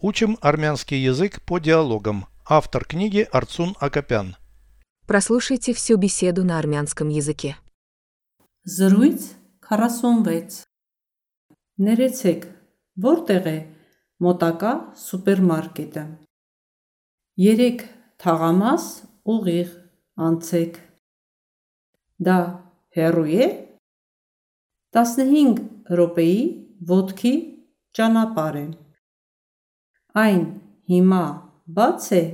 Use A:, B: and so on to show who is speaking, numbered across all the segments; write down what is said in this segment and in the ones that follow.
A: Учим армянский язык по диалогам. Автор книги Арцун Акопян.
B: Прослушайте всю беседу на армянском языке.
C: Զրույց 46 Ներեցեք, որտեղ է մոտակա սուպերմարկետը։ 3 թաղամաս ուղիղ անցեք։ Դա հեռու է։ 15 րոպեի ոդքի ճանապարհ է։ Այն հիմա բաց է։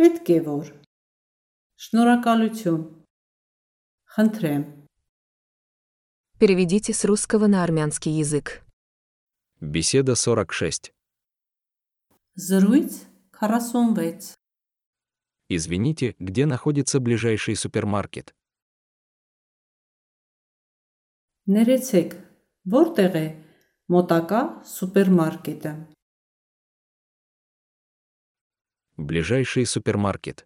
C: Պետք է որ։ Շնորհակալություն։ Խնդրեմ։
B: Переведите с русского на армянский язык.
D: Беседа 46.
C: Զրույց 46
D: Извините, где находится ближайший супермаркет?
C: Ներեցեք, որտեղ է մոտակա սուպերմարկետը։
D: Ближайший супермаркет.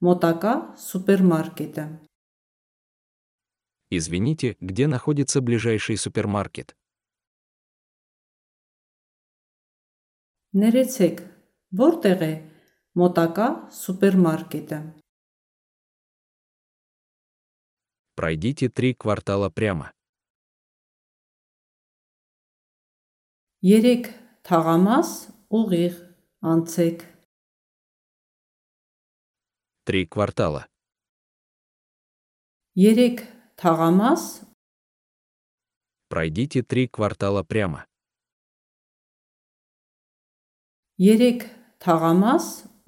C: Մոտակա սուպերմարկետը։
D: Извините, где находится ближайший супермаркет?
C: Ներեցեք, որտեղ է մոտակա սուպերմարկետը։
D: Пройдите три квартала прямо.
C: 3 թաղամաս ուղիղ անցեք։
D: Три квартала.
C: 3 թաղամաս
D: Пройдите три квартала прямо.
C: 3 թաղամաս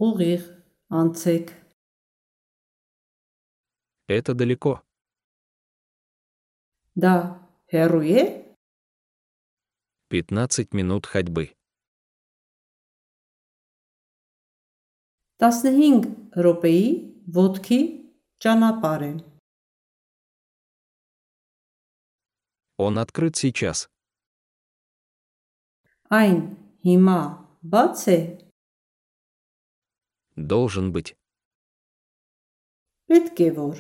C: ուղիղ անցեք։
D: Это далеко.
C: Դա հեռու է։
D: 15 минут ходьбы.
C: 15 րոպեի ոդքի ճանապարհ է։
D: Он открыт сейчас.
C: Այն հիմա բաց է։
D: Должен быть.
C: Պետք է որ։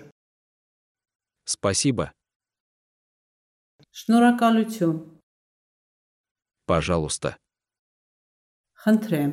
D: Спасибо.
C: Շնորհակալություն։
D: Пожалуйста.
C: Խնդրեմ։